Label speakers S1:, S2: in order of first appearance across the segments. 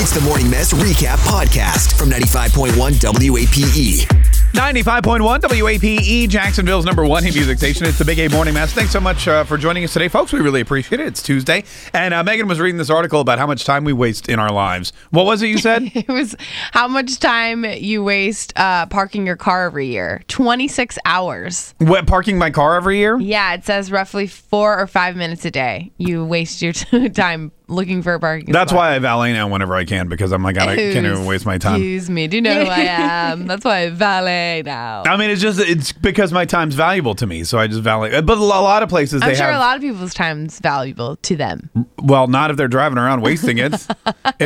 S1: It's the Morning Mess Recap Podcast from 95.1 WAPE.
S2: 95.1 WAPE, E, Jacksonville's number one hit music station. It's the Big A Morning Mass. Thanks so much uh, for joining us today, folks. We really appreciate it. It's Tuesday. And uh, Megan was reading this article about how much time we waste in our lives. What was it you said?
S3: It was how much time you waste uh, parking your car every year 26 hours.
S2: what, parking my car every year?
S3: Yeah, it says roughly four or five minutes a day you waste your time looking for a parking
S2: That's
S3: spot.
S2: why I valet now whenever I can because I'm like, God, I can't even waste my time.
S3: Excuse me. Do you know who I am? That's why I valet now.
S2: I mean, it's just, it's because my time's valuable to me. So I just valet. But a lo- a lot of places
S3: I'm
S2: they
S3: sure
S2: have,
S3: a lot of people's time's valuable to them.
S2: well, not if they're driving around wasting it. if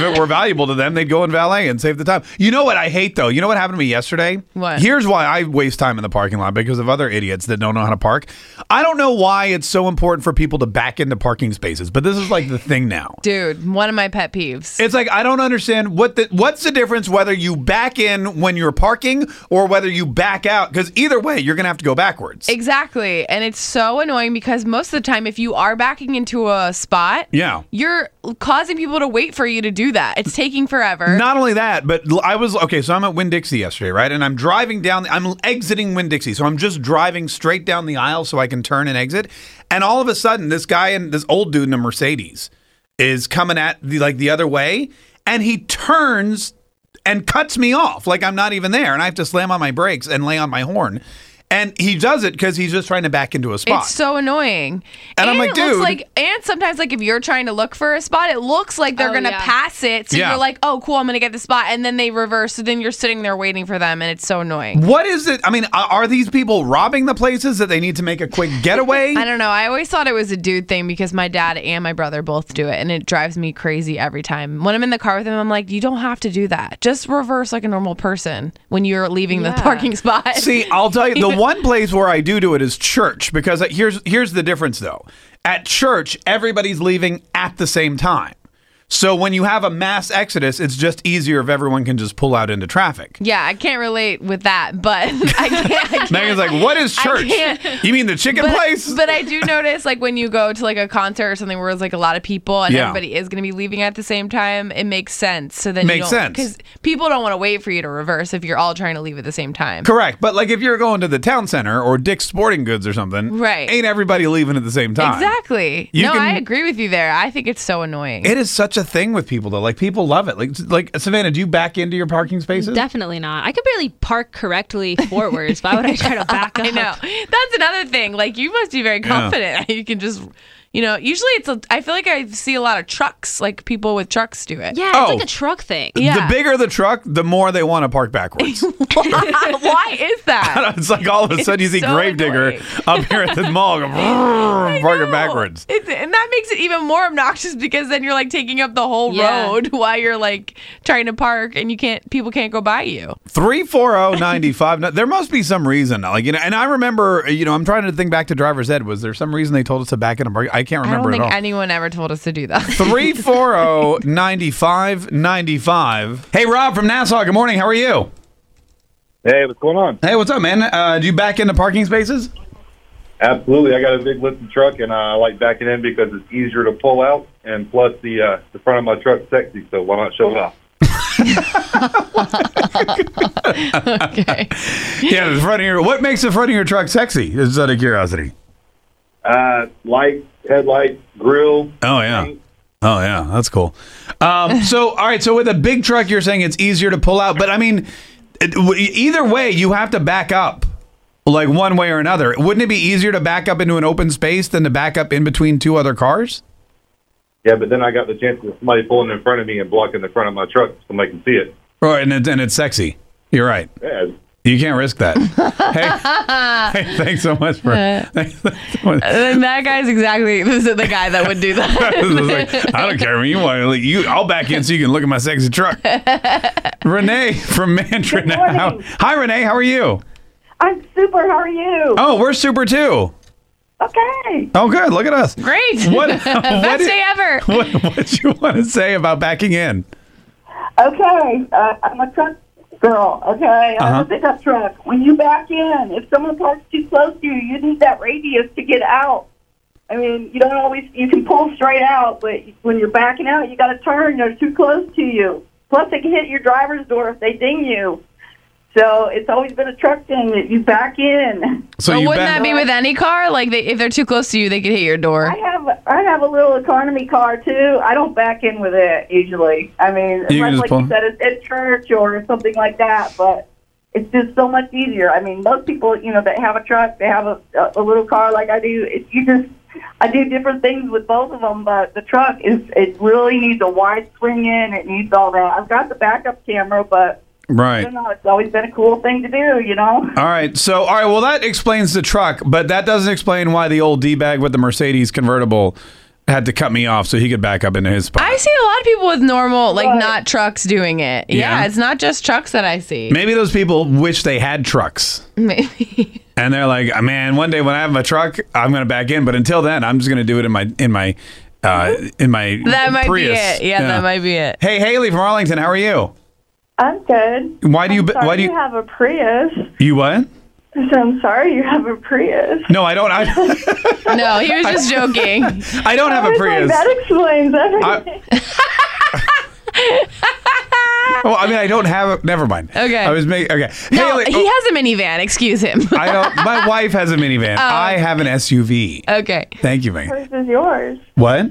S2: it were valuable to them, they'd go in valet and save the time. You know what I hate though? You know what happened to me yesterday?
S3: What?
S2: Here's why I waste time in the parking lot because of other idiots that don't know how to park. I don't know why it's so important for people to back into parking spaces, but this is like the thing now.
S3: Dude, one of my pet peeves.
S2: It's like I don't understand what the what's the difference whether you back in when you're parking or whether you back out because either way you're gonna have to go backwards.
S3: Exactly. And it's so annoying because most of the time, if you are backing into a spot,
S2: Yeah.
S3: you're causing people to wait for you to do that. It's taking forever.
S2: Not only that, but l- I was okay. So I'm at Winn Dixie yesterday, right? And I'm driving down. I'm exiting Winn Dixie, so I'm just driving straight down the aisle so I can turn and exit. And all of a sudden, this guy and this old dude in a Mercedes is coming at the like the other way, and he turns and cuts me off like I'm not even there, and I have to slam on my brakes and lay on my horn. And he does it because he's just trying to back into a spot.
S3: It's so annoying.
S2: And I'm like,
S3: it
S2: dude.
S3: looks like, and sometimes, like, if you're trying to look for a spot, it looks like they're
S4: Oh,
S3: going to
S4: yeah.
S3: pass it. So
S2: Yeah.
S3: you're like, oh, cool, I'm going to get the spot. And then they reverse. So then you're sitting there waiting for them, and it's so annoying.
S2: what is it? I mean, a- are these people robbing the places that they need to make a quick getaway?
S3: I don't know. I always thought it was a dude thing because my dad and my brother both do it, and it drives me crazy every time. When I'm in the car with him, I'm like, you don't have to do that. Just reverse like a normal person when you're leaving the
S4: Yeah.
S3: parking spot.
S2: See, I'll tell you the one place where I do do it is church because uh, here's here's the difference though. At church, everybody's leaving at the same time. So when you have a mass exodus, it's just easier if everyone can just pull out into traffic.
S3: yeah, I can't relate with that, but I can't. I can't.
S2: Megan's like, "What is
S3: I
S2: church?
S3: can't-
S2: You mean the chicken
S3: But,
S2: place?"
S3: but I do notice, like, when you go to like a concert or something where it's like a lot of people and
S2: Yeah.
S3: everybody is going to be leaving at the same time, it makes sense. So then
S2: Makes
S3: you don't,
S2: sense.
S3: because people don't want to wait for you to reverse if you're all trying to leave at the same time.
S2: Correct. But like if you're going to the town center or Dick's Sporting Goods or something,
S3: Right.
S2: ain't everybody leaving at the same time.
S3: Exactly.
S2: You
S3: no,
S2: can-
S3: I agree with you there. I think it's so annoying.
S2: It is such a thing with people though. Like people love it. Like like Savannah, do you back into your parking spaces?
S4: Definitely not. I could barely park correctly forwards. Why would I try to back up?
S3: I know. That's another thing. Like you must be very confident. You can just, you know, usually it's. A, I feel like I see a lot of trucks, like people with trucks do it.
S4: Yeah, it's
S2: Oh.
S4: like a truck thing.
S3: Yeah.
S2: The bigger the truck, the more they want to park backwards.
S3: Why is that?
S2: it's like all of a sudden you see
S3: so
S2: Gravedigger
S3: annoying.
S2: up here at the mall, go, "Brrr," parking backwards.
S3: It's, and that makes it even more obnoxious because then you're like taking up the whole
S4: Yeah.
S3: road while you're like trying to park and you can't. People can't go by you.
S2: 34095. No, There must be some reason. Like, you know, and I remember, you know, I'm trying to think back to driver's ed. Was there some reason they told us to back in a park? I can't
S3: I
S2: remember
S3: don't think
S2: at all.
S3: anyone ever told us to do that.
S2: 3409595. Hey, Rob from Nassau. Good morning. How are you?
S5: Hey, what's going on?
S2: Hey, what's up, man? Uh, do you back into parking spaces?
S5: Absolutely, I got a big lifted truck, and uh, I like backing in because it's easier to pull out, and plus the uh, the front of my truck's sexy, so why not show it off?
S3: okay.
S2: Yeah, the front of your. What makes the front of your truck sexy? Is out of curiosity.
S5: Uh, light, headlight, grill.
S2: Oh yeah.
S5: paint.
S2: Oh yeah, that's cool. Um, so all right, so with a big truck, you're saying it's easier to pull out, but I mean, it, w- either way, you have to back up, like one way or another. Wouldn't it be easier to back up into an open space than to back up in between two other cars?
S5: Yeah, but then I got the chance of somebody pulling in front of me and blocking the front of my truck so they can see it.
S2: Right, and it's and it's sexy. You're right.
S5: Yeah,
S2: You can't risk that. hey, hey, thanks so much for. thanks so much.
S3: And that guy's exactly this is the guy that would do
S2: This
S3: that.
S2: is like, I don't care when you want to. leave. You, I'll back in so you can look at my sexy truck. Renee from Mantra
S6: Good morning.
S2: now. Hi, Renee. How are you?
S6: I'm super. How are you?
S2: Oh, we're super too.
S6: Okay.
S2: Oh, good. Look at us.
S3: Great.
S2: What? what
S3: Best
S2: do-
S3: day ever.
S2: What, what you want to say about backing in?
S6: Okay. Uh, I'm a truck girl. Okay.
S2: Uh-huh.
S6: I'm a pickup truck. When you back in, if someone parks too close to you, you need that radius to get out. I mean, you don't always, you can pull straight out, but when you're backing out, you got to turn. They're too close to you. Plus, they can hit your driver's door if they ding you. So it's always been a truck thing that you back in.
S2: So
S3: but
S2: you
S3: wouldn't
S2: back-
S3: that be with any car? Like they, if they're too close to you, they could hit your door.
S6: I have I have a little economy car too. I don't back in with it usually. I mean,
S2: You can
S6: unless
S2: just
S6: like
S2: pull.
S6: you said, it's at church or something like that. But it's just so much easier. I mean, most people you know that have a truck, they have a a, a little car like I do. It, you just I do different things with both of them, but the truck is it really needs a wide swing in. It needs all that. I've got the backup camera, but I
S2: right.
S6: don't know. It's always been a cool thing to do, you know.
S2: All right. So, all right. Well, that explains the truck, but that doesn't explain why the old D bag with the Mercedes convertible had to cut me off so he could back up into his spot.
S3: I see a lot of people with normal, like
S6: Right.
S3: not trucks doing it.
S2: Yeah.
S3: Yeah. it's not just trucks that I see.
S2: Maybe those people wish they had trucks.
S3: Maybe.
S2: And they're like, man, one day when I have my truck, I'm gonna back in. But until then, I'm just gonna do it in my in my uh, in my
S3: That might
S2: Prius.
S3: be it. Yeah, that might be it.
S2: Hey, Haley from Arlington, how are you?
S6: I'm good.
S2: Why do you?
S6: I'm
S2: ba-
S6: sorry
S2: Uh, why do
S6: you have a Prius?
S2: You what?
S6: So I'm sorry you have a Prius.
S2: No, I don't. I,
S3: No, he was just joking.
S2: I don't have a
S6: It's like,
S2: Prius.
S6: that explains everything.
S2: I- Well, I mean, I don't have. A, never mind.
S3: Okay.
S2: I was making. Okay.
S3: No,
S2: Haley, oh,
S3: he has a minivan. Excuse him.
S2: I don't. My wife has a minivan.
S3: Oh.
S2: I have an SUV.
S3: okay,
S2: Thank you, Megan.
S6: Hers is yours.
S2: What?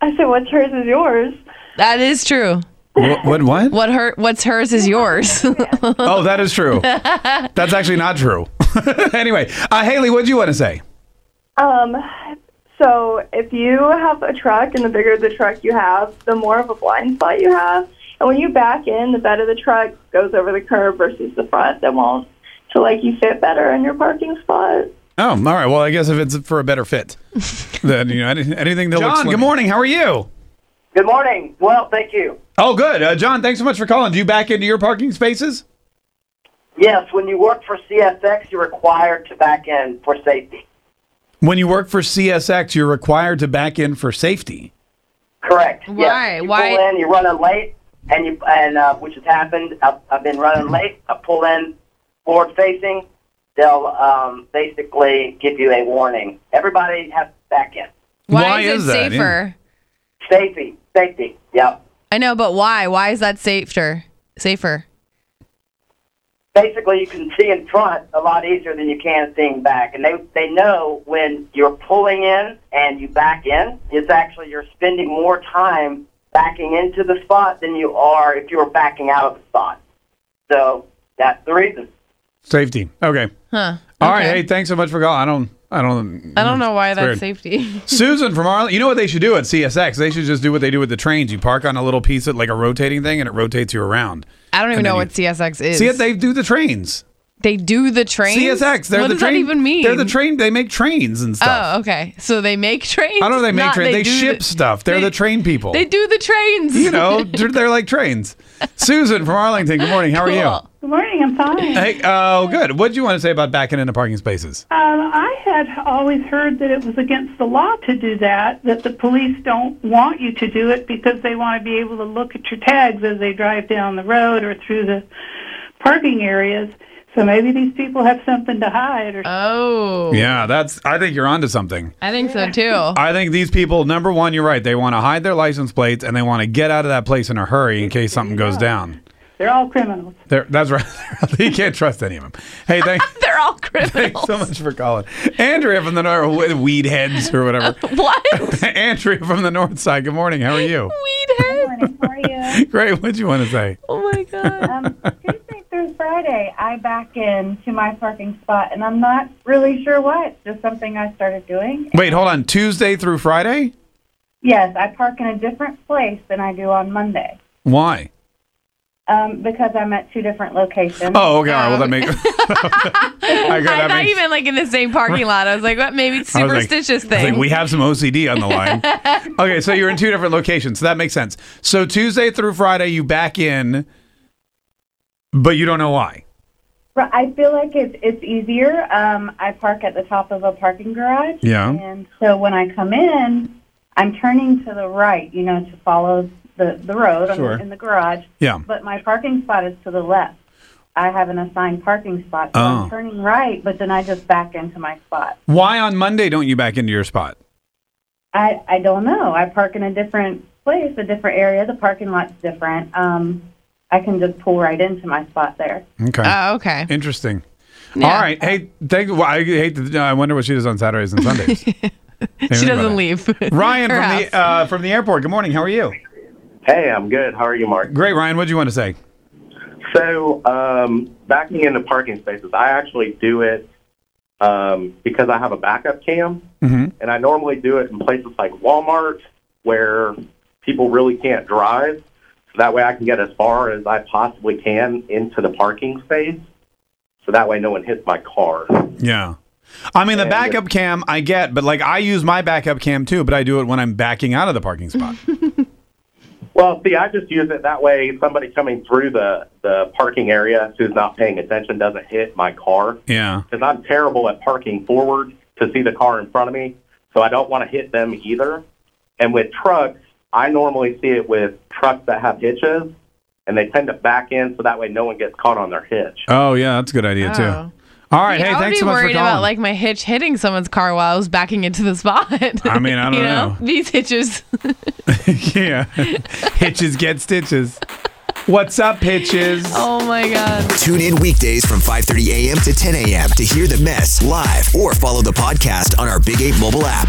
S6: I said, what's hers is yours.
S3: that is true.
S2: What? What? what?
S3: What her? What's hers is yours.
S2: Oh, that is true. That's actually not true. anyway, uh, Haley, what do you want to say?
S6: Um, so if you have a truck and the bigger the truck you have, the more of a blind spot you have. And when you back in, the bed of the truck goes over the curb versus the front that won't. So like you fit better in your parking spot.
S2: Oh, all right. Well, I guess if it's for a better fit, then you know any, anything that looks.
S7: John, good
S2: slim-
S7: morning. How are you?
S8: Good morning. Well, thank you.
S2: Oh, good. Uh, John, thanks so much for calling. Do you back into your parking spaces?
S8: Yes, when you work for CSX, you're required to back in for safety.
S2: When you work for CSX, you're required to back in for safety.
S8: Correct. Yes.
S3: Why?
S8: You
S3: Why-
S8: Pull in. You're running late, and you and uh, which has happened. I've, I've been running late. I pull in forward facing. They'll um, basically give you a warning. Everybody has to back in.
S3: Why,
S2: Why
S3: is,
S2: is
S3: it
S2: that? Yeah.
S3: safer?
S8: Safety. Safety. Yep.
S3: I know, but why? Why is that safer? Safer.
S8: basically you can see in front a lot easier than you can seeing back. And they they know when you're pulling in and you back in, it's actually you're spending more time backing into the spot than you are if you were backing out of the spot. So that's the reason.
S2: Safety. Okay.
S3: Huh.
S2: All right. Hey,
S3: Okay.
S2: thanks so much for calling. I don't. I don't.
S3: I don't know why
S2: Hmm. it's
S3: that's
S2: weird.
S3: safety.
S2: Susan from Arlington. You know what they should do at CSX? They should just do what they do with the trains. You park on a little piece of like a rotating thing, and it rotates you around.
S3: I don't even
S2: And then
S3: know
S2: you-
S3: what CSX is.
S2: See, they do the trains.
S3: they do the trains.
S2: CSX. They're
S3: what
S2: the
S3: does
S2: train.
S3: that even mean?
S2: They're the train. They make trains and stuff.
S3: Oh, okay. So they make trains.
S2: I don't know. if They make
S3: Not-
S2: trains. They,
S3: do
S2: ship
S3: the-
S2: stuff. They're
S3: they-
S2: the train people.
S3: They do the trains.
S2: You know, they're, they're like trains. Susan from Arlington. Good morning. How are
S3: Cool.
S6: Good morning. I'm fine.
S2: you? Hey. Oh, good. What do you want to say about backing into parking spaces?
S9: Um, I had always heard that it was against the law to do that, that the police don't want you to do it because they want to be able to look at your tags as they drive down the road or through the parking areas. So maybe these people have something to hide or
S3: Oh,
S2: Yeah, that's. I think you're onto something.
S3: I think so too.
S2: I think these people, number one, you're right. They want to hide their license plates and they want to get out of that place in a hurry in case something goes down.
S9: they're all criminals.
S2: They're, that's right. you can't trust any of them. Hey, thanks,
S3: They're all
S2: thanks
S3: criminals.
S2: so much for calling. Andrea from the north, with weed heads or whatever.
S3: What?
S2: Andrea from the north side. Good morning. How are you?
S3: Weed head.
S6: How are you?
S2: Great. What'd you want to say?
S3: Oh my god.
S6: Um, Tuesday through Friday, I back in to my parking spot, and I'm not really sure why. It's just something I started doing.
S2: Wait, hold on. Tuesday through Friday?
S6: Yes, I park in a different place than I do on Monday.
S2: Why?
S6: um, because I'm at two different locations.
S2: Oh, okay. All right. Well, that makes. I, got-
S3: Um. I
S2: that
S3: thought
S2: makes-
S3: you meant like in the same parking lot. I was like, what? Maybe
S2: I was like-
S3: superstitious
S2: I was like,
S3: thing.
S2: we have some OCD on the line. okay, so you're in two different locations, so that makes sense. So Tuesday through Friday, you back in, but you don't know why.
S6: But I feel like it's it's easier. Um, I park at the top of a parking garage.
S2: Yeah.
S6: And so when I come in, I'm turning to the right, you know, to follow the the road on-
S2: Sure.
S6: in the garage.
S2: Yeah.
S6: But my parking spot is to the left. I have an assigned parking spot, so
S2: Oh.
S6: I'm turning right, but then I just back into my spot.
S2: Why on Monday don't you back into your spot?
S6: I I don't know. I park in a different place, a different area. The parking lot's different. Um, I can just pull right into my spot there.
S2: Okay.
S3: oh, okay.
S2: Interesting.
S3: Yeah.
S2: All right. Hey, thank. Well, I hate. To, I wonder what she does on Saturdays and Sundays. Didn't
S3: She
S2: think about
S3: doesn't
S2: that.
S3: leave.
S2: Ryan
S3: Her
S2: from
S3: house.
S2: the uh, from the airport. Good morning. How are you?
S10: Hey, I'm good. How are you, Mark?
S2: Great, Ryan. What do you want to say?
S10: So, um, backing into parking spaces, I actually do it um, because I have a backup cam,
S2: Mm-hmm.
S10: and I normally do it in places like Walmart where people really can't drive. So that way, I can get as far as I possibly can into the parking space. So that way, no one hits my car.
S2: Yeah. I mean, the backup cam I get, but like I use my backup cam too, but I do it when I'm backing out of the parking spot.
S10: Well, see, I just use it that way. Somebody coming through the the parking area who's not paying attention doesn't hit my car.
S2: yeah.
S10: because I'm terrible at parking forward to see the car in front of me, so I don't want to hit them either. And with trucks, I normally see it with trucks that have hitches, and they tend to back in so that way no one gets caught on their hitch.
S2: Oh, yeah. That's a good idea
S3: Oh.
S2: too. All right.
S3: Yeah,
S2: hey,
S3: I would
S2: thanks
S3: be
S2: so much
S3: worried
S2: for calling.
S3: about like my hitch hitting someone's car while I was backing into the spot.
S2: I mean, I don't
S3: you know, these hitches.
S2: yeah. Hitches get stitches. What's up, Hitches?
S3: Oh my god.
S1: Tune in weekdays from 5:30 a.m. to 10 a.m. to hear the mess live or follow the podcast on our Big 8 mobile app.